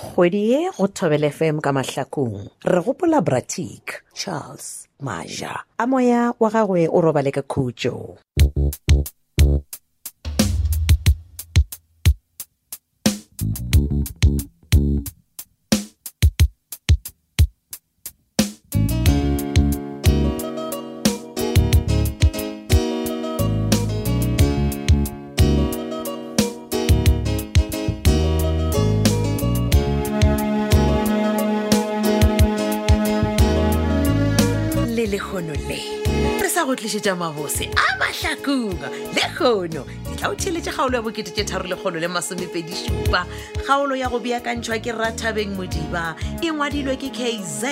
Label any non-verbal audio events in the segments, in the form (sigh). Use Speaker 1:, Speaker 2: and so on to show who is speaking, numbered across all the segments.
Speaker 1: kgwedi ye go thobele fm ka mahlakong re gopola bratic charles maja a moya wa gagwe o robale ka khutšo le lekgono le re sa go tlišetša mabose a mahlakong le kgono e tla o theletše kgaolo ya bokete tše tharo lekgolo le masomepedi šupa kgaolo ya go beakantšhwa ke rathabeng modiba e ngwadilwe ke kz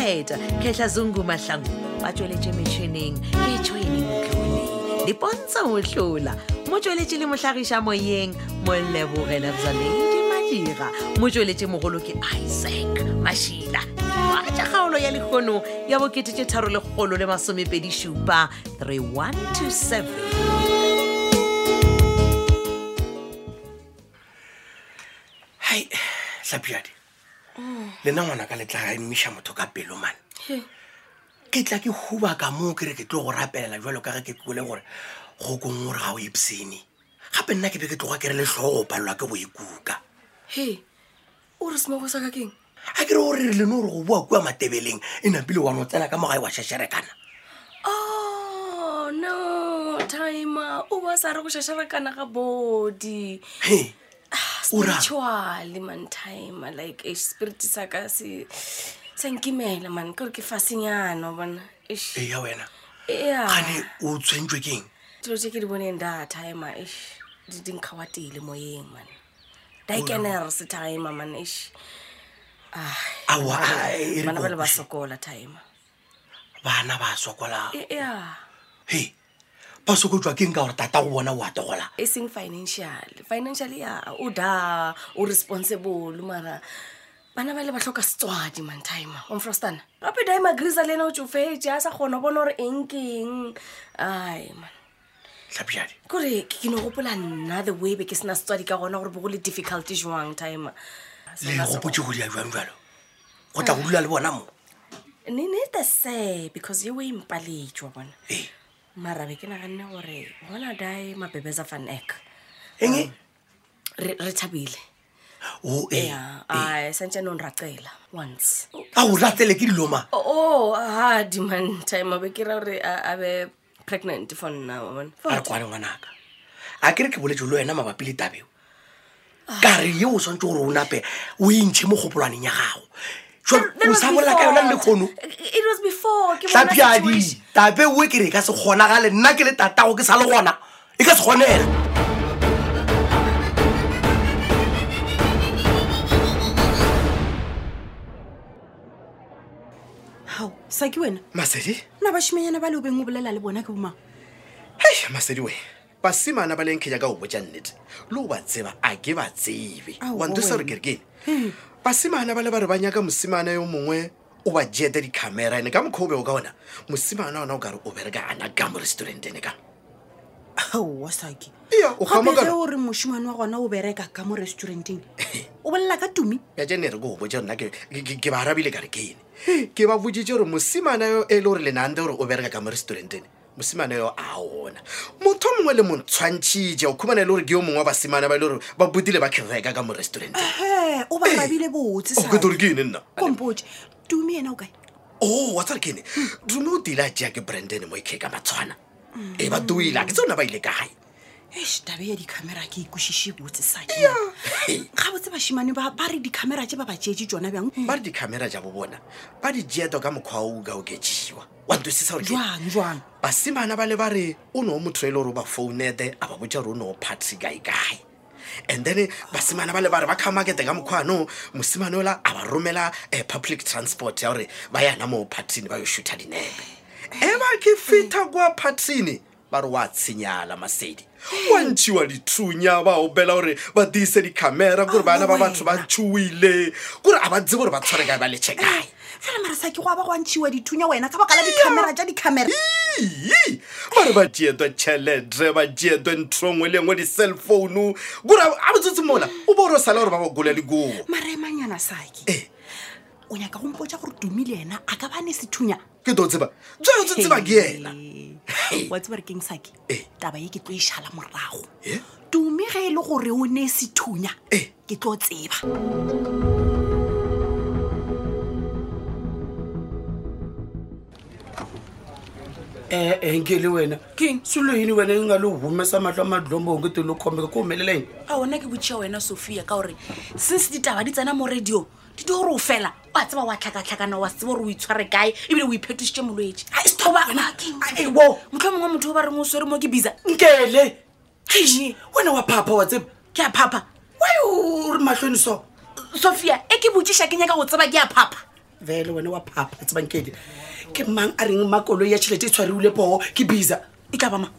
Speaker 1: kgetlha zungu mahlangu ba tsweletše metšhineng ke tšhweneng tlone dipontsha mohlola motsweletše le mohlagiša moyeng molebogela bzamedi madira motsweletše mogolo ke isaac mašila wa tša kgaolo ya lekgono ya bokete tše tharo lekgolo le masomepedi šupa 3127
Speaker 2: hai tlhapiadi lena ngwana ka letla mmiša motho ka pelo mane ke tla ke huba ka moo kere ke tlo go rapelela jalo ka ge ke kole gore go kong gore ga o epsene gape nna ke be ke tloga kere letlhogo palelwa ke go e kuka
Speaker 3: he o re semago sa ka keng
Speaker 2: ga ke re gore re leno gore go boa kua matebeleng e napile wane o tsena ka mogae wa šašarekana
Speaker 3: oh no timer o ba sa re go šašarakana ga body
Speaker 2: he O ra-
Speaker 3: spirituale man timer like e spirit sa ka se sa nkimela man ke gore ke fasenyana wa bona Eish.
Speaker 2: e ya wena
Speaker 3: Ea.
Speaker 2: gane o tshwentswe keng
Speaker 3: dilo tse ke di boneng da timer ish di di nkgawatele moyeng man da e kenere se timer man ish
Speaker 2: Aowa, a- e- e re
Speaker 3: bana ba le ba
Speaker 2: kwešiše.
Speaker 3: sokola timer
Speaker 2: bana ba sokola
Speaker 3: E- ea
Speaker 2: he ba sokotswa keng ka gore tata go bona o a togola
Speaker 3: e seng financial financial ya o da o responsible mara bana ba le ba tlhoka setswadi man timer omfrostana gape dime agrisa le ena o tsofetse a sa kgona go bona gore eng keng ai man
Speaker 2: tlhapiadi
Speaker 3: kore ke ne gopola nna the way be ke sena setswadi ka gona gore bo go le difficulty jwang timer
Speaker 2: le gopotse go dia jwang jalo go tla go dula le bona mo
Speaker 3: nenete se because ye o e mpaletse wa bona
Speaker 2: Ee.
Speaker 3: mara be ke naganne gore gona dae mabebesa fan ek
Speaker 2: eng
Speaker 3: re re thabile
Speaker 2: o e
Speaker 3: ya a santsanong racela once
Speaker 2: a o ratele ke diloma
Speaker 3: o
Speaker 4: Oh, ah,
Speaker 3: ha demand time abe ke ra gore a a be pregnant for nna wa bona.
Speaker 2: a re kwane ngwanaka a ke re ke boletse le wena mabapi le tabeo ka re ye o swantse gore o nape o entšhe mo kgopolwaneng ya gago Jwale,
Speaker 3: That
Speaker 2: o
Speaker 3: was
Speaker 2: sa bolela ka yona le
Speaker 3: before.
Speaker 2: lekgono
Speaker 3: it was before ke bona situation-
Speaker 2: tlhapiadi tape oe ke re e ka se kgonagale nna ke le tatago ke sa le gona e ka se kgonela
Speaker 4: hao sa ke wena
Speaker 5: masedi
Speaker 4: nna bašimanyana ba le o beng o bolela le bona ke bomang
Speaker 5: hei masedi we basimana ba lenkge jaaka o botja nnete le o ba tseba a ke ba tsebe
Speaker 4: Ao,
Speaker 5: wantosa re
Speaker 4: wena.
Speaker 5: kerekene basimana ba le ba re ba nyaka mosimane yo mongwe o ba jeta dicamera ene ka mokgwa o beo ka ona mosimane ona o ka re o bereka ana ka mo restaurantene ka
Speaker 4: aowa sake
Speaker 5: Iya, o kgama ka-
Speaker 4: ge o re mošimane wa gona o bereka ka mo
Speaker 5: (laughs)
Speaker 4: restauranteng o bolela ka tumi
Speaker 5: ya jane re ko o botse nna ke- ke ke- ke ba arabile ka re kene ke ba botsitse gore mosimane yo e le gore lenante gore o bereka ka mo restaurantene mosimane yo a ona motho mongwe le montshwantšhitše o khumana e le gore ke yo mongwe wa basimane ba e le gore ba botile ba kereka ka mo restauranteng
Speaker 4: he o ba rabile botse
Speaker 5: o kete gore ke ene nna
Speaker 4: kompote tumi ena o kae
Speaker 5: o wa tsare ke ene dumo o dile a jea ke branden mo ikhe ka matshwana e ba toile a ke tse ona ba ile kae
Speaker 4: eš tabe ya dicamera ke ikwešiše botse sake ga botse bašimane ba ba re dicamera tse ba ba tšeetse tsona bjang
Speaker 5: ba re dicamera ja bo bona ba di jeto ka mokgwa o ka o ketsiwa wantosisa gore ke
Speaker 4: jwang jwang
Speaker 5: basimana ba le ba re o ne o motho e le gore o ba founete a ba botsa gore o ne o party kaekae and then basimana ba le ba re ba kgamakete ka mokgwa ano mosimane ola a ba romela um public transport ya gore ba yana mo partyne ba yo shutha dinepe e ba ke fitha kwa partyne ba re oa tshenyala masedi
Speaker 6: wa ntshiwa dithunya ba opela gore ba diise dicamera kore bana ba batho ba tshuile kore a ba tsebe gore ba tshware kae ba letšhe kae
Speaker 4: fela marasa ke go a ba go a ntshiwa dithunya wena ka baka la dicamera tša dicamera
Speaker 6: Ii, ba re ba jeetwe tšhelete ba jeetwe ntho ngwe le ngwe di-cell phone kore a botsetse mola o bo ore o sala gore ba bogola lekobo
Speaker 4: maremanyana saki
Speaker 6: Eh.
Speaker 4: o nyaka gompotsa gore tumi le ena a ka bane sethunya
Speaker 7: Eh.
Speaker 6: ke to tseba tseo tse tseba ke ena
Speaker 4: Hey. wa tseba re keng saki
Speaker 6: Eh.
Speaker 4: taba ye ke tlo išhala morago
Speaker 6: Eh?
Speaker 4: tumi ge e le gore o ne sethunya
Speaker 6: Eh.
Speaker 4: ke tlo tseba
Speaker 7: ee nke le E, wena keng swilo yini wena yi nga le humesa mahlo a madlombo onge te lo khomeka ku humelela yini
Speaker 8: a ona ke botšhia wena sophia ka gore since ditaba di tsena mo radio di di gore o fela o a tseba wa tlhakatlhakana wa sebe gore o itshware kae ebile o iphetošitše e molwetse
Speaker 7: Aiwo.
Speaker 8: motlho mongwe motho o ba reng o swere mo ke bisa
Speaker 7: nkele
Speaker 8: Eish,
Speaker 7: wena wa phapha wa tseba
Speaker 8: ke a phapha
Speaker 7: wy o ri mahlweni so
Speaker 8: sophia e ke botšiša ke nyaka go tseba ke a phapha
Speaker 7: vele wena wa phapha a tseba nkele ke mang a reng makoloi ya tšhelete e tshwariwile poo ke bisa
Speaker 8: e tla bama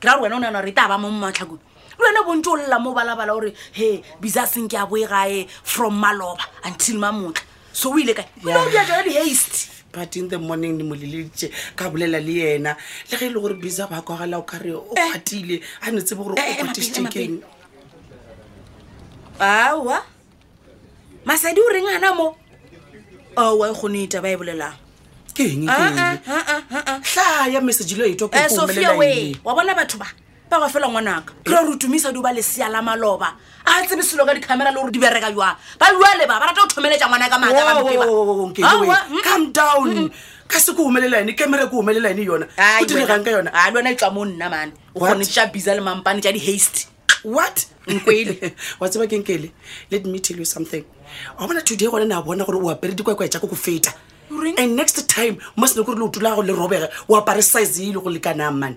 Speaker 8: ke ra gore wena o nana re e taba mo mo matlhakong le wena bontse o lela mo o balabala gore he bisa seng ke a boe gae from maloba until mamotla so o ile kae ole o dia jale di-haste
Speaker 7: but in the morning ni mo leleditše ka bolela le yena le ge e le gore bisa ba kwagala o kare o
Speaker 4: Eh.
Speaker 7: kgatile a ne tsebe gore
Speaker 8: Eh, eh,
Speaker 7: o
Speaker 8: Mapedi,
Speaker 7: kgatisitše
Speaker 8: eh, Mapedi.
Speaker 7: keng
Speaker 8: aa masadi o reng ana mo aowa e kgone etaba e bolelang
Speaker 7: keng
Speaker 8: Ah,
Speaker 7: keng
Speaker 8: ah, ah, ah, ah.
Speaker 7: hlaya message le itwa
Speaker 8: Eh, sophia we wa bona batho ba ba ba fela ngwanaka ke ra gore o tumisa di o ba lesea la maloba a tsebe selo ka dicamera le gore di bereka jwang ba jwale ba ba rata go thomeletša ngwanaka maaka ba mpe ba. Aowa, mm.
Speaker 7: come down ka se ko humelela ene kemere ko humelela ene yona o
Speaker 8: Ai,
Speaker 7: diregang ka
Speaker 8: wena.
Speaker 7: yona
Speaker 8: Ah, le wena e tswa mo nna mane o
Speaker 7: What?
Speaker 8: kgone tša bisa le mampane tša di-haste
Speaker 7: what nkwele (laughs) wa tseba keng kele let me tell you something wa bona today gona ne a bona gore o apere dikwaekwae tša ko go feta
Speaker 8: Oreng?
Speaker 7: and next time mo sene kore le o tula go le robege o apare size e le go lekanang mane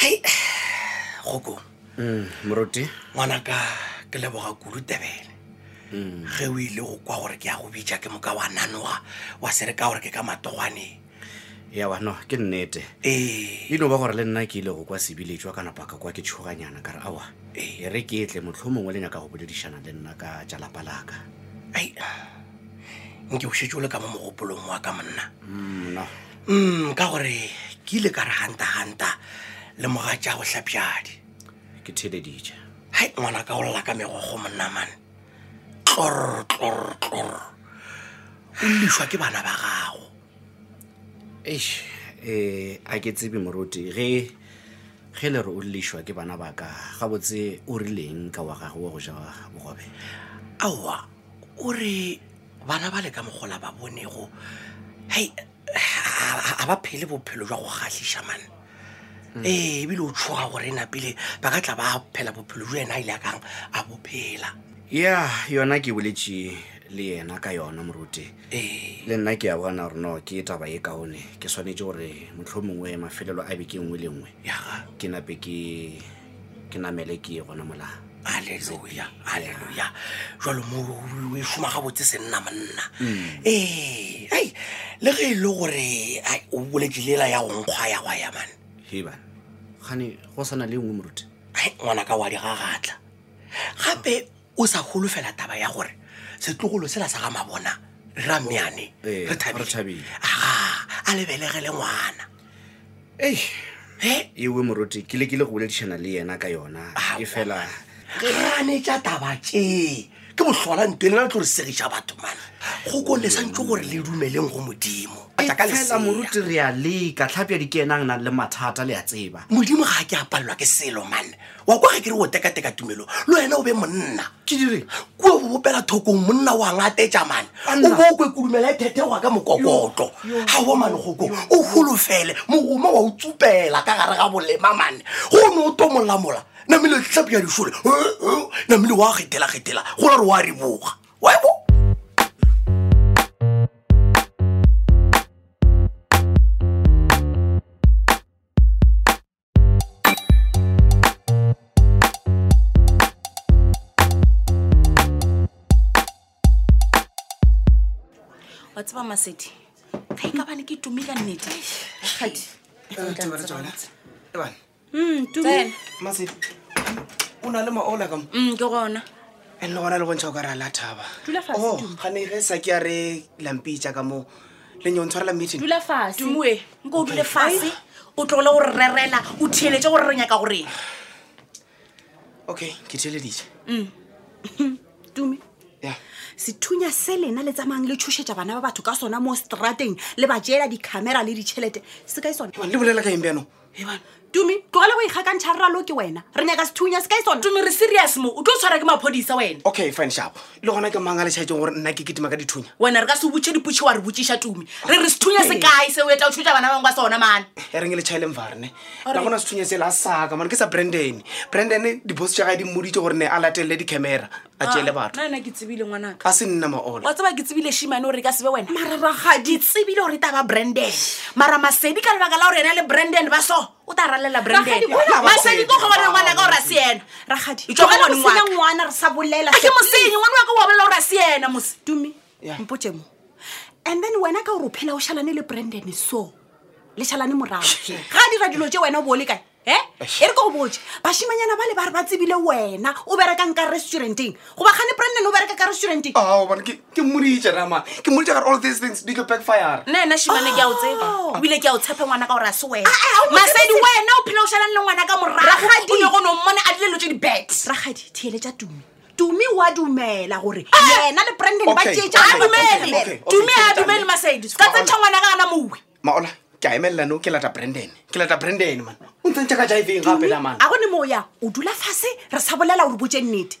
Speaker 2: hei gokong
Speaker 6: Mm, moruti
Speaker 2: ngwanaka ke leboga kudu tebele
Speaker 7: Mm.
Speaker 2: ge o ile go kwa gore ke ya go bitša ke moka wa nanoga wa se re ka gore ke ka matogwaneng
Speaker 6: yawa no ke nnete
Speaker 2: ee
Speaker 6: e no ba gore le nna ke ile go kwa sebiletswa ka napa ka kwa ke tshoganyana kare awa e re ke etle motlho mongwe le nyaka go boledišana le nna ka tša lapa laka
Speaker 2: ai nke o šetse o le ka mo mogopolong wa ka monna
Speaker 6: mna
Speaker 2: mm ka gore ke ile ka re hanta-hanta le moga tša go hlapjadi
Speaker 6: ke theleditše
Speaker 2: hai ngwana ka olola ka megogo monna mane tlor tlor tlor o leswa ke bana ba gago
Speaker 6: eish um a ke tsebe moruti ge ge le re o lešwa ke bana ba ka gabotse o rileng ka wa gagwe wa go ja bogobe
Speaker 2: aowa o re bana ba le ka mogola ba bonego hai a ba phele bophelo jwa go kgatlhiša mane ee ebile o tshoga gore e napile ba ka tla ba phela bophelo jwa ena a ile a kang a bophela
Speaker 6: ya yona ke boletše le yena ka yona moruti
Speaker 2: ee
Speaker 6: le nna ke a bona gore no ke taba ye kaone ke tshwanetse gore motlho mongwe mafelelo a beke nngwe le nngwe
Speaker 2: yaga
Speaker 6: ke nape ke ke namele ke ye gona mola
Speaker 2: halleluja halleluja jalo mo o e šoma gabotse se nna monna ee ai le ge e le gore ai, o boletselela ya go nkgwa ya gwa ya mane
Speaker 6: heban gane go sana le nngwe moruti
Speaker 2: ai ngwanaka wa di gagatla gape o sa golofela taba ya gore setlogolo sela sa ga mabona ra meane
Speaker 6: Eh,
Speaker 2: re
Speaker 6: re thabile.
Speaker 2: thabile aga a lebelegele ngwana
Speaker 6: ei
Speaker 2: e
Speaker 6: ewe moruti ke lekile go boledišana le yena ka yona
Speaker 2: Ah,
Speaker 6: e fela
Speaker 2: rane tša taba tšee ke botlhola nto lena le tlo re segiša batho mane go kone santse gore le dumeleng go modimo
Speaker 6: E
Speaker 2: Tla ka
Speaker 6: fela
Speaker 2: lesea.
Speaker 6: moruti re a leka tlhapja di ke enang nang le mathata le a tseba
Speaker 2: modimo ga ke apallwa ke selo mane wa kwa ge ke re o tekateka tumelo le wena o be monna
Speaker 6: ke dire
Speaker 2: kua o bopela thokong monna wa ngatetša mane o bo o kwe kudumela e thethegoa ka mokokotlo ga o mane goko o golofele mogoma wa o tsupela ka gare ga bolema mane gone o to molamola namele tlapia disole namele wa kgethela-kgethela gola re wa e reboga webo
Speaker 4: wa tseba masedi ka e ka bane ke tume ka nnete kgadi tume
Speaker 2: mase o na le maola ka mo
Speaker 4: Mm, ke gona
Speaker 2: and le gona le go ntšha o ka re a la thaba
Speaker 3: Dula fase,
Speaker 2: Oh,
Speaker 3: Tumi.
Speaker 2: gane ge sa ke a re lampitša ka mo le nyo o ntshwarela meeting
Speaker 3: dula fase
Speaker 4: tumue nko o dule fase o tlogole gore rerela o thieletse gore re nyaka goreng
Speaker 2: okay ke theleditše
Speaker 4: tume
Speaker 2: ya
Speaker 4: sethunya se lena le tsamayang le tshosetša bana ba batho ka sona mo strateng le ba jeela dicamera le ditšhelete se ka e sona
Speaker 2: Ebane, le bolela ka empeano
Speaker 4: tumi tlogele go ikgakantšha rralo ke wena re nyaka sethunya se ka e sona
Speaker 3: tumi re serious mo o tlo tshwara ke maphodisa wena
Speaker 2: okay fine sharp le gona ke mang a letšhaetseng gore nna ke ketima ka dithunya
Speaker 3: wena re ka se botse dipotse wa re botsiša tumi re re sethunya se kae se o eta o tshotsa bana bangwe ka sona mane
Speaker 2: e reng le tšhaele mvarene la gona sethunya sele a saka mane ke sa branden branden dibos tša gae di mmoditse gore ne a latelele dicamera a tšeele batho
Speaker 3: nna ke tsebile ngwanaka
Speaker 2: a se nna maola
Speaker 3: wa tseba ke tsebile shimane gore e ka sebe wena
Speaker 4: mararagadi tsebile gore taba branden mara masedi ka lebaka la gore ena le branden ba so o ta ralela
Speaker 3: Rakgadi, kwala
Speaker 4: brandmasedi
Speaker 3: Masedi.
Speaker 4: ko gobaneng ngwanaka gore a se ena
Speaker 3: Rakgadi, tlogela
Speaker 4: tlogela
Speaker 3: go
Speaker 4: go
Speaker 3: senya
Speaker 4: senya ngwana re sa bolela
Speaker 3: a ke mosenyi ngwane wa ka wa bolela gore a se ena mose
Speaker 4: tumi
Speaker 2: Yeah.
Speaker 4: mpotse mo and then wena ka gore o phela o šhalane le branden so le šhalane morago ga a dira dilo tse wena o bo o le kae e e re ke go botse bašimanyana ba le ba re ba tsebile wena o berekang ka restauranteng goba gane branden o bereka ka restauranteng
Speaker 2: aobane ke mmoditše rama ke mmoditše gare all these things di ke back fire
Speaker 3: nna ena shimane ke a o
Speaker 4: Oh.
Speaker 3: tseba ebile ke a o tshepe ngwana ka gore a se
Speaker 4: Ah,
Speaker 3: wena
Speaker 4: eh,
Speaker 3: masedi
Speaker 4: tsebe-
Speaker 3: wena o phela o šhalang le ngwana ka morago
Speaker 4: Rakgadi.
Speaker 3: o nyakone o mmone a dilelo tse di-bet
Speaker 4: ragadi theeletša tumi tumi wa dumela gore yena le branden ba
Speaker 2: Okay,
Speaker 4: tšetša
Speaker 3: a
Speaker 2: okay,
Speaker 3: dumele
Speaker 2: okay, okay, okay,
Speaker 3: Ah! tumi a
Speaker 2: ke tla-
Speaker 3: dumele masedi ka
Speaker 2: Maola.
Speaker 3: tsentšha ngwana ka gana mowe
Speaker 2: maola ke a emelela no ke lata branden ke lata branden man o ntsentšha ka jaiveng
Speaker 4: Tumi,
Speaker 2: gapela
Speaker 4: a
Speaker 2: mana
Speaker 4: gone moo yang o dula fase re sa bolela gore botse nnete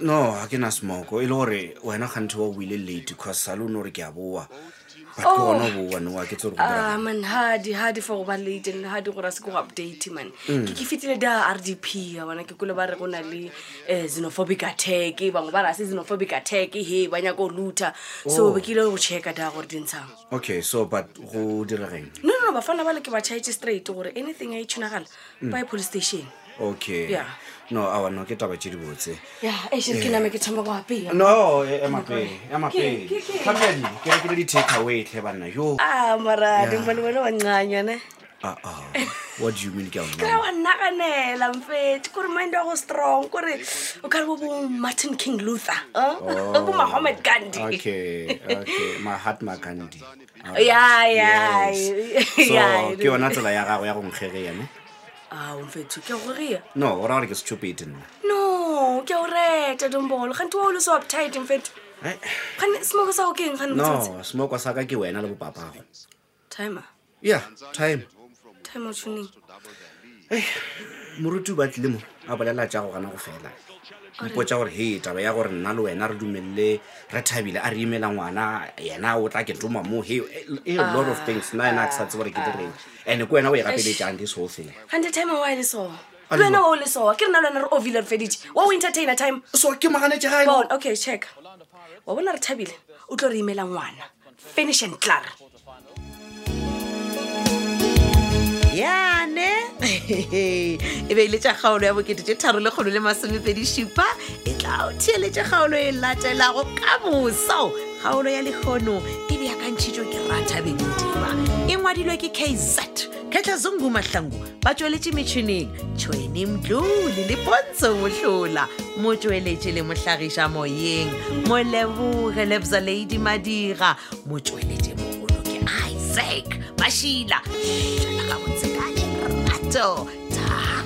Speaker 6: no ga ke na smoko e le gore wena kganthe wa o buile late cause sale o ne gore ke a boa but ke
Speaker 3: Oh.
Speaker 6: gona o boanewa ke tse gore go
Speaker 3: Ah,
Speaker 6: dira
Speaker 3: man hadi hadi for go ba late and hadi gore a se ke go update man ke ke fetile da r d p a bona ke kole ba re go na le um xenophobic attack bangwe ba re a se xenophobic attack he ba nyaka o lutha so be ke ile go checka da gore dintshang
Speaker 6: okay so but go diregeng
Speaker 3: no no no bafana ba le ke ba chaetse straight gore anything a e tshunagala ba ye police station
Speaker 6: okay
Speaker 3: Yeah.
Speaker 6: no awa no ke taba tse di botse
Speaker 3: ya e shere ke name ke thoma go apea
Speaker 6: no e, emapele
Speaker 3: emapele. Ke- ke- ke-
Speaker 6: tlhapeadi ke rekile di-take away tlhe banna yo
Speaker 3: a Ah, mara dimbone wena wa ncanyane
Speaker 6: aa uh-uh. what do you mean ke
Speaker 3: kry wa nnaganela mfetse kore mind wa go strong kore o ka re bo bo martin king luther eh? bo mohammed gandhi
Speaker 6: Oh. okay
Speaker 3: (laughs)
Speaker 6: okay mahatma gandhi Uh,
Speaker 3: ya ya (laughs)
Speaker 6: so ke yona tsela ya gago ya go nkgege yane
Speaker 3: mfetho ke a go rea
Speaker 6: no o ra gore ke stupid nna
Speaker 3: no ke a o reta dombolo gante wa o le so uptight mfetho
Speaker 6: Eh,
Speaker 3: gane semoko sa go keng gane motsotsi
Speaker 6: no smoko sa ka ke wena le bopapago
Speaker 3: timer
Speaker 6: ya time
Speaker 3: time o tshoneng
Speaker 6: moruti o batlile mo a bolela tja go gana go fela mpotsa gore he taba ya gore nna le wena re dumelele re thabile a re imela ngwana yena o tla ke toma mo he a lot of things nna ena a ke sa tse gore ke direng and ke wena o e gapeletjang this whole thing
Speaker 3: gante time wa e le soa
Speaker 6: A
Speaker 3: le
Speaker 6: le
Speaker 3: wena
Speaker 6: soa.
Speaker 3: wa o le soa ke re na le wena re ovile re feditše wa o entertainer time
Speaker 6: so ke maganetse gae
Speaker 3: Paul, okay check wa bona re thabile o tlo re imela ngwana finish and clar
Speaker 1: yane e be ile tša kgaolo ya bokete tše tharo le kgolo le masomepedi šupa e tla o theeletše kgaolo e latelago ka mosao kgaolo ya lekgono e beakantšhitšo ke rathabeng modima e ngwadilwe ke kz kgetlha zungu mahlangu ba tšweletše metšhineng tšhwene mdlole le pontsho mohlola mo tšweletše le mohlagiša moyeng moleboge lebza ladi madira mo tšweletše mogolo ke ice zack mašila šala ka botse ka lerato ta